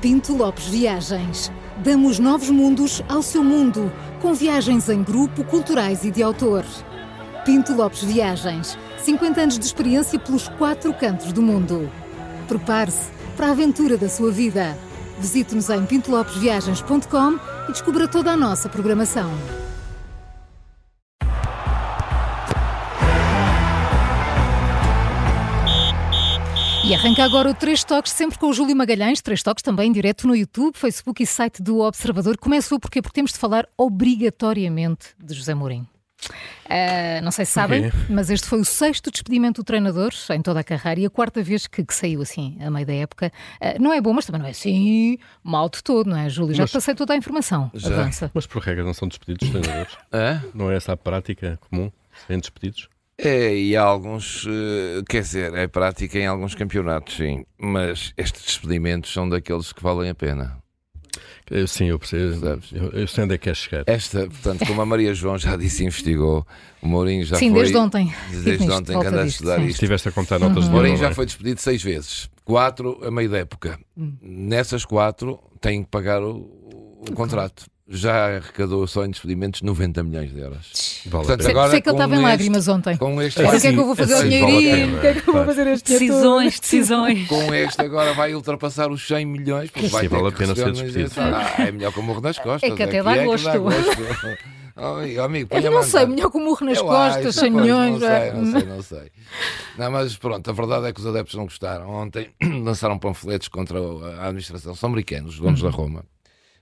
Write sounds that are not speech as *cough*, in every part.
Pinto Lopes Viagens. Damos novos mundos ao seu mundo, com viagens em grupo, culturais e de autor. Pinto Lopes Viagens. 50 anos de experiência pelos quatro cantos do mundo. Prepare-se para a aventura da sua vida. Visite-nos em pintolopesviagens.com e descubra toda a nossa programação. E arranca agora o Três Toques, sempre com o Júlio Magalhães. Três Toques também direto no YouTube, Facebook e site do Observador. Começou porque Porque temos de falar obrigatoriamente de José Mourinho. Ah, não sei se sabem, Porquê? mas este foi o sexto despedimento do treinador em toda a carreira e a quarta vez que, que saiu assim, a meio da época. Ah, não é bom, mas também não é assim mal de todo, não é, Júlio? Já te Mas- passei toda a informação. Já. Avança. Mas por regra não são despedidos os treinadores? Hã? não é essa a prática comum? Serem despedidos? É, e há alguns, eh, quer dizer, é prática em alguns campeonatos, sim. Mas estes despedimentos são daqueles que valem a pena. Eu, Eh, sim, eu percebo. Sabes? Eu, eu sei onde é que quer chegar. Esta, portanto, como a Maria João já disse, investigou, o Mourinho já Sim, foi. desde ontem. Desde Nisto, ontem que volta anda a disto, estudar sim. isto. Estiveste a contar Uhum. notas O de Mourinho euro, já não é? foi despedido seis vezes, quatro a meio da época. Hum. Nessas quatro, tem que pagar o, o contrato. Já arrecadou só em despedimentos 90 milhões de euros. Vale a Portanto, pena. agora- Sei que ele estava em com este- lágrimas ontem. Com este, Mas o que é Assim, que eu vou fazer ao assim vale a dinheirinho? pena, O que é que eu vou pá. fazer a este dinheiro todo? Decisões, *laughs* decisões. com este agora vai ultrapassar os 100 milhões. Porque Sim, vai ter vale a que pena receber ser umas despedido. vezes. Ah, é melhor que eu morro nas costas. É que até aqui dá gosto. *laughs* Ai, amigo, É que ponha não mais sei, nada. melhor que o murro nas Eu costas, acho, 100 pois, milhões. Não sei, é. não sei, não sei. Não, mas pronto, a verdade é que os adeptos não gostaram. Ontem *clears throat* lançaram panfletos contra a administração. São americanos, os donos Uhum. da Roma.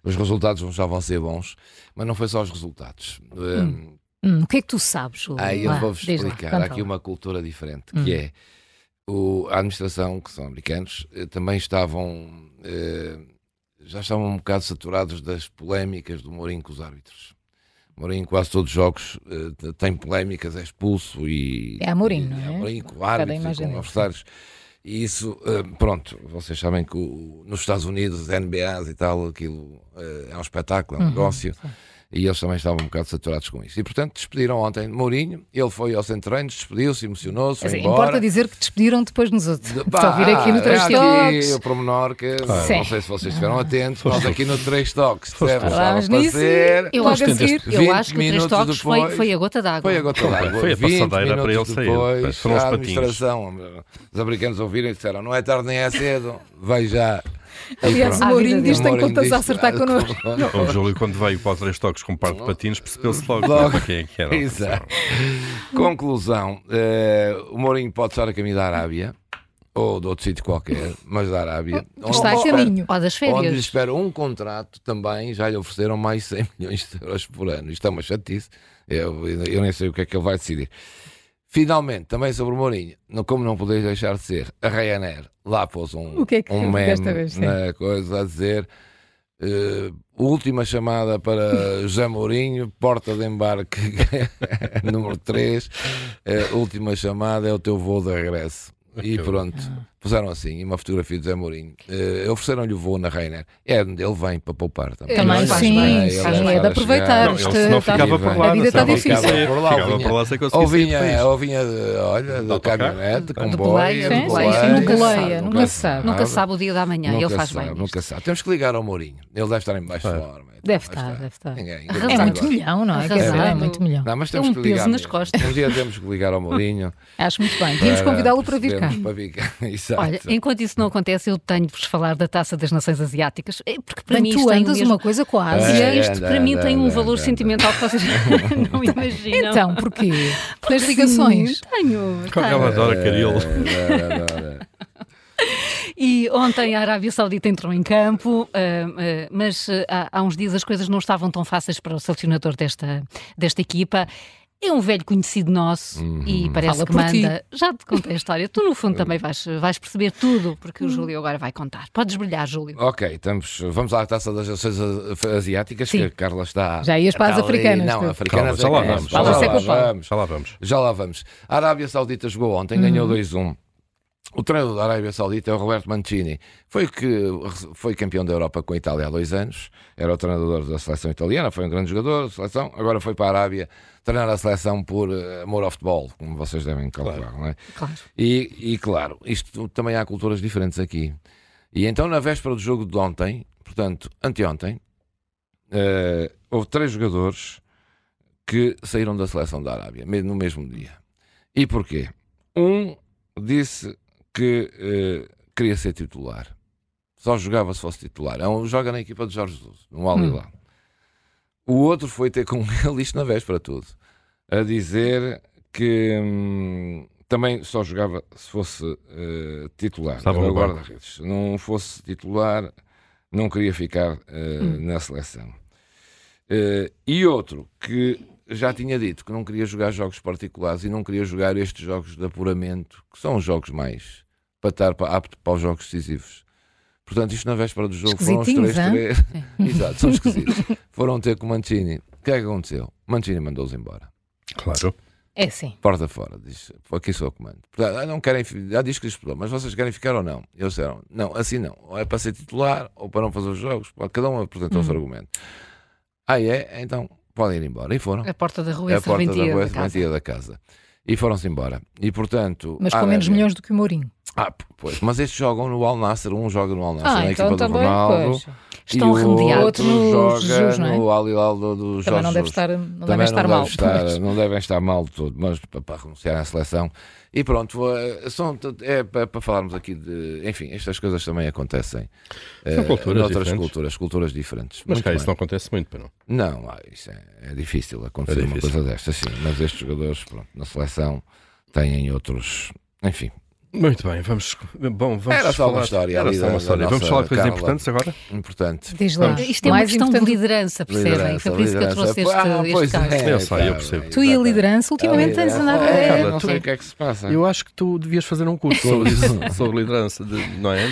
Os resultados não já vão ser bons, mas não foi só os resultados. Hum, Hum, o que é que tu sabes, Júlio? Aí Ah, eu Vá, vou-vos diz lá, explicar. Há conta lá. aqui Hum. uma cultura diferente, que é o, a administração, que são americanos, eh, também estavam. eh, já estavam um bocado saturados das polémicas do Mourinho com os árbitros. Mourinho, quase todos os jogos, eh, te- tem polémicas, é expulso e. É a Mourinho, e- não é? É a Mourinho com a árbitros, imagem e com dele. adversários. E isso, eh, pronto, vocês sabem que o- nos Estados Unidos, NBAs e tal, aquilo eh, é um espetáculo, é um Uhum, negócio. E eles também estavam um bocado saturados com isso. E portanto despediram ontem Mourinho, ele foi ao centro de treinos, despediu-se, emocionou-se, Quer foi dizer, embora. importa dizer que despediram depois nos *laughs* outros. De- Só vir aqui no Pá, Três aqui Toques. o pormenor que Sim. não sei se vocês estiveram Ah. atentos, nós aqui no Três Toques tivemos a Falámos nisso. fazer. Eu Logo acho, a seguir. eu 20 acho que o Três minutos Toques foi, depois- foi a gota d'água. Foi a gota d'água. Foi a 20 passadeira para minutos ele sair. Depois, Foram os a patinhos. administração, os americanos ouviram e disseram: não é tarde nem é cedo, vai já. E Aliás, o pronto. Ah, Mourinho vida diz que tem Mourinho contas diz- a *laughs* acertar connosco. Tá. O Júlio, quando veio para o Três Toques com um par de patins, percebeu-se logo, Logo. para quem é *laughs* que era. Exato. então. Conclusão: eh, o Mourinho pode estar a caminho da Arábia ou de outro sítio qualquer, mas da *laughs* Arábia. Onde Está lhe a espera- caminho. Ou das Onde lhe férias. espera um contrato também, já lhe ofereceram mais 100 *laughs* milhões de euros por ano. Isto é uma chatice. Eu, eu nem sei o que é que ele vai decidir. Finalmente, também sobre o Mourinho, não- como não podeis deixar de ser, a Ryanair lá pôs um, O que é que um houve meme desta vez, sim. na coisa a dizer eh, última chamada para José Mourinho, porta de embarque *laughs* número 3. última chamada é o teu voo de regresso. E pronto, Ah. puseram assim, e uma fotografia de José Mourinho. Eh, Ofereceram-lhe o voo na Rainer. É, ele vem para poupar também. Também, Também faz sim, bem, sim, faz é bem. de aproveitar. Não, Isto ele senão está- é. ficava por lá. a vida está sabe? difícil. Ficava por lá, é. ficava por lá sem conseguir Ou sair do vinha, país. ou vinha de, olha, de caminhonete, autocarro. comboio, boleia, de sim, boleia. sim, sim, nunca boleia, nunca se sabe. Nunca sabe o dia da manhã, Nunca ele faz sabe, bem. Nunca sabe. Temos que ligar ao Mourinho. Ele deve estar em baixo É. de forma. Então, Deve lá estar, deve estar. Ninguém. É Não muito gosta. milhão, não é? Quer dizer, é Arrasado. muito milhão. Não, mas É temos um que peso ligar nas mesmo. costas. Um dia temos que ligar ao *laughs* Mourinho. Acho muito bem. Devíamos convidá-lo para vir cá. percebermos Para vir cá. *laughs* Exato. Olha, enquanto isso não acontece, eu tenho-vos falar da Taça das Nações Asiáticas, eh, porque para Bem, mim tu isto tem o andas mesmo- uma coisa com a Ásia. É. Isto- Isto para mim Anda, tem um anda, valor anda, sentimental *laughs* que vocês *laughs* não imaginam. Então, é? porquê? Porque as Sim, ligações. Tenho, tenho. Ela Tá. adora caril. E ontem a Arábia Saudita entrou em campo, ah, ah, mas ah, há, há uns dias as coisas não estavam tão fáceis para o selecionador desta, desta equipa. É um velho conhecido nosso e Uhum. parece Fala que por ti. manda. Já te contei a história. Tu, no *laughs* fundo, também vais, vais perceber tudo, porque o Hum. Júlio agora vai contar. Podes brilhar, Júlio. Ok, estamos, vamos à taça das nações A- asiáticas, Sim. que a Carla está. Já ias para as está ali. africanas, Não, tu. africanas Calma, já lá é que- vamos, Já já lá lá vamos. vamos. Já lá vamos. Já lá vamos. A Arábia Saudita jogou ontem, ganhou 2-1. O treinador da Arábia Saudita é o Roberto Mancini. Foi o que foi campeão da Europa com a Itália há dois anos. Era o treinador da seleção italiana, foi um grande jogador da seleção. Agora foi para a Arábia treinar a seleção por eh, amor ao futebol, como vocês devem calcular, não é? Claro. E, e, claro, isto também há culturas diferentes aqui. E então, na véspera do jogo de ontem, portanto, anteontem, eh, houve três jogadores que saíram da seleção da Arábia me- no mesmo dia. E porquê? Um disse que eh, queria ser titular. Só jogava se fosse titular. É um, joga na equipa de Jorge Jesus, no Al Hilal. Hum. O outro foi ter com *laughs* ele isto na véspera tudo, a dizer que hum, também só jogava se fosse eh, titular. Estava Era no o banco. guarda-redes. Se não fosse titular, não queria ficar eh, Hum. na seleção. Eh, e outro que já tinha dito que não queria jogar jogos particulares e não queria jogar estes jogos de apuramento, que são os jogos mais para estar pa- apto para os jogos decisivos. Portanto, isto na véspera do jogo foram os Esquisitinhos, três, três. *laughs* Exato, são esquisitos. foram ter com o Mancini. O que é que aconteceu? Mancini mandou-os embora. Claro. É sim. Porta fora, diz, aqui sou o comando. Portanto, ah, não querem, fi- já diz que lhes perdoa, mas vocês querem ficar ou não? Eles disseram, não, assim não, ou é para ser titular, ou para não fazer os jogos, Pá, cada um apresentou o seu argumento. Ah, é? Então podem ir embora. E foram. A porta da rua É é a porta da serventia rua da casa. serventia da casa. E foram-se embora. E portanto. Mas com Arábia- menos milhões do que o Mourinho. Ah, p- pois. Mas estes jogam no Al Nasser. Um joga no Al Nasser, Ah, na então equipa do também, Ronaldo. pois. Estão e o remediados. outro Outro no joga Jesus, não é? no Al Hilal do, do Também Jorge não deve Jesus. estar, não Também devem estar não mal. deve estar- pois. não devem estar mal de todo, mas para, para renunciar à seleção. E pronto, eh, são, é para, para falarmos aqui de. Enfim, estas coisas também acontecem. eh, culturas noutras diferentes. culturas, culturas diferentes. Mas Muito cá bem. isso não acontece muito, para não. não. ah, isso é, é difícil acontecer É difícil. uma coisa destas, sim. Mas estes jogadores, pronto, na seleção têm outros. Enfim, Muito bem, vamos. Bom, vamos Era só uma falar- história Era ali só da- uma da história. Vamos nossa falar de coisas Carla. importantes agora? importante. Diz lá. Isto é uma Mais questão importante- de liderança, percebem? Foi por isso que eu liderança. trouxe este, Ah, este pois caso. é, Eu sei, eu pá, percebo. Tu e a exatamente. liderança, ultimamente tens liderança. andado. É, É, não tu- sei o que é que se passa. Eu acho que tu devias fazer um curso sobre, isso, *laughs* sobre liderança, de- não é?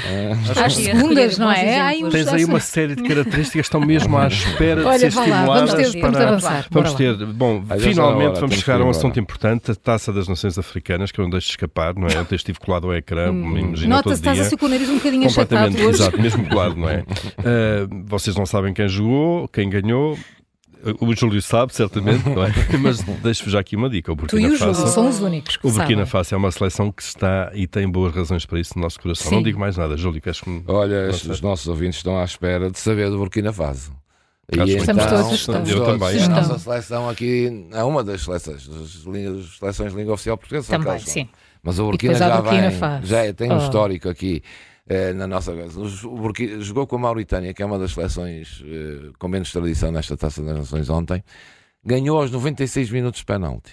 Às Sim. segundas, não Tens é? Há aí uns- Tens aí uma série de características que estão mesmo à espera de ser Olha, vá lá, estimuladas vamos ter, temos de para. avançar. Vamos bora lá. ter, bom, Aí já está a finalmente hora, vamos temos chegar que a ir um embora. assunto importante, a Taça das Nações Africanas, que eu não deixo de escapar, não é? Ontem estive colado ao ecrã, Hum. me imagino todo Nota-se, estás dia. assim com o nariz um bocadinho achatado Completamente, hoje. exato, mesmo colado, não *laughs* é? Ah, vocês não sabem quem jogou, quem ganhou. O Júlio sabe, certamente, não *laughs* é? Mas deixo-vos já aqui uma dica. O Tu e Burkina o Faso. Júlio são os únicos que O Burkina sabem. Faso é uma seleção que está e tem boas razões para isso no nosso coração. Sim. Não digo mais nada, Júlio, queres que me. Olha, Não sei. os nossos ouvintes estão à espera de saber do Burkina Faso. então, Acho que Estamos todos, estamos. Eu também. A Estamos. nossa seleção aqui é uma das seleções, das lin- das seleções de língua oficial portuguesa. são Também, aquelas que são. sim. Mas o Burkina depois há já Burkina vem, Faso. já é- tem um Oh. histórico aqui eh, na nossa. O Burkina, jogou com a Mauritânia, que é uma das seleções eh, com menos tradição nesta Taça das Nações ontem. Ganhou aos 96 minutos de penalti.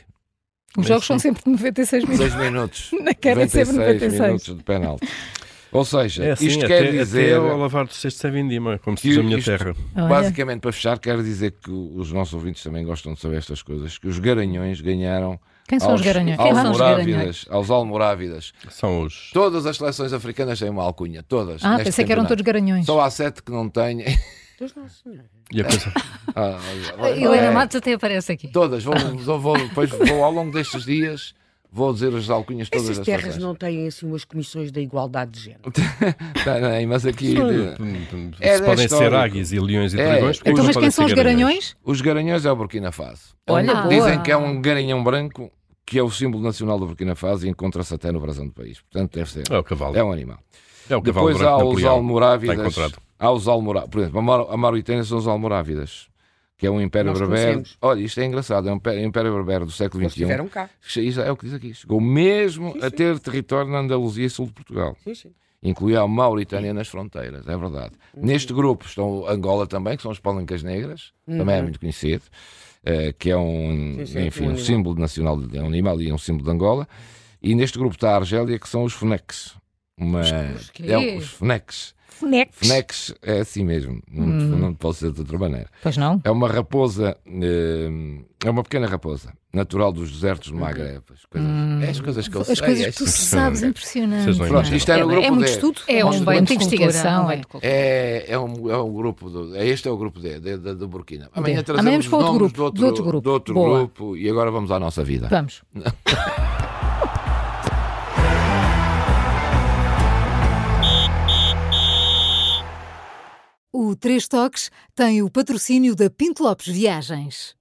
Os jogos são sempre de 96 minutos. 6 *laughs* minutos. Não querem ser 96 96. minutos de penalti. Ou seja, É assim, isto até, quer dizer. até ao lavar do sexto sem vindima, como se que diz a minha isto- terra. Olha, Basicamente, para fechar, quero dizer que os nossos ouvintes também gostam de saber estas coisas, que os garanhões ganharam quem são aos, os garanhões? Quem aos são os almorávidas, aos almorávidas. São os. Todas as seleções africanas têm uma alcunha, todas. Ah, neste pensei que eram todos campeonato. garanhões. Só há sete que não têm. *laughs* E a pensar, Ah, A vai- Helena vai- Matos até aparece aqui. Todas, *laughs* vou, vou, vou- depois vou ao longo destes dias, vou dizer as alcunhas todas Essas as terras seleções. não têm assim umas comissões da igualdade de género. Tá bem, mas aqui se podem ser histórico. águias e leões e É. dragões, porque Então, não mas podem quem são os ser garanhões? os garanhões é o Burkina Faso. É um- Olha, boa. dizem que é um garanhão branco, que é o símbolo nacional do Burkina Faso e encontra-se até no brasão do país. Portanto, deve ser. É o cavalo. É um animal. É o cavalo Depois há branco os Napoleão. Está almorávidas. encontrado. Há os almorávidas. Por exemplo, a Mau- a Mauritânia são os almorávidas, que é um império Nós berbero. conhecemos. Olha, isto é engraçado. É um impé- império berbero do século um. Eles XXI. estiveram cá. Che- isso É o que diz aqui. Chegou mesmo a ter território na Andaluzia e sul de Portugal. Sim, sim. Inclui a Mauritânia nas fronteiras, é verdade. Neste grupo estão Angola também, que são os palancas negras, Uhum. Uhum. também é muito conhecido, eh, que é um, Sim, sim, um enfim, um, animal. símbolo nacional, de, é um animal e é um símbolo de Angola. E neste grupo está a Argélia, que são os FNECs. Uma, os quê? é, os FNECs. Funex. FNECs é assim mesmo, não, não pode ser de outra maneira. Hum. Pois não? É uma raposa, eh, é uma pequena raposa, natural dos desertos do Magreb. As coisas, é as coisas que eu Hum. As sei, coisas é que tu estas- sabes, Vocês impressionante. não não é? Pronto, isto é no É- grupo É muito D. estudo, É é um um bem banho de de investigação. investigação. É. é. É, é, um, é um grupo, do, é este é o grupo D, de, de- do Burkina. Amanhã D. trazemos Amanhã vamos para outro nomes grupo, de outro grupo. de outro Boa. grupo e agora vamos à nossa é. vida. Vamos. O Três Toques tem o patrocínio da Pinto Lopes Viagens.